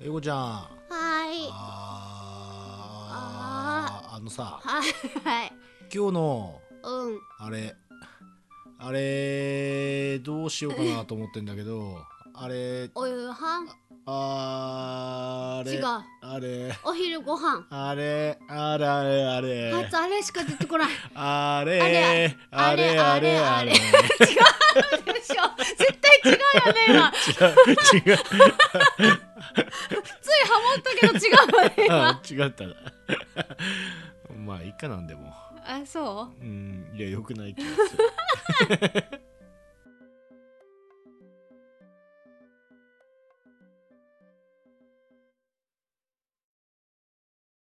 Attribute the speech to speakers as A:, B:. A: 英語ちゃん
B: はい
A: あーあのさ
B: はい
A: 今日の
B: うん
A: あれあれどうしようかなと思ってんだけどあれ
B: お夕飯
A: あーあれ
B: 違う
A: あれ
B: お昼ご飯
A: あれあれあれあれ
B: あいつあれしか出てこない
A: あれ
B: あれ
A: あ
B: あ
A: れ
B: れ
A: あ
B: あ
A: れ
B: れでしょ絶対違うよね今
A: 違う違う
B: ついハモったけど違うよね今
A: あ違ったなまあいいかなんでも
B: あそう
A: うんいやよくない気がする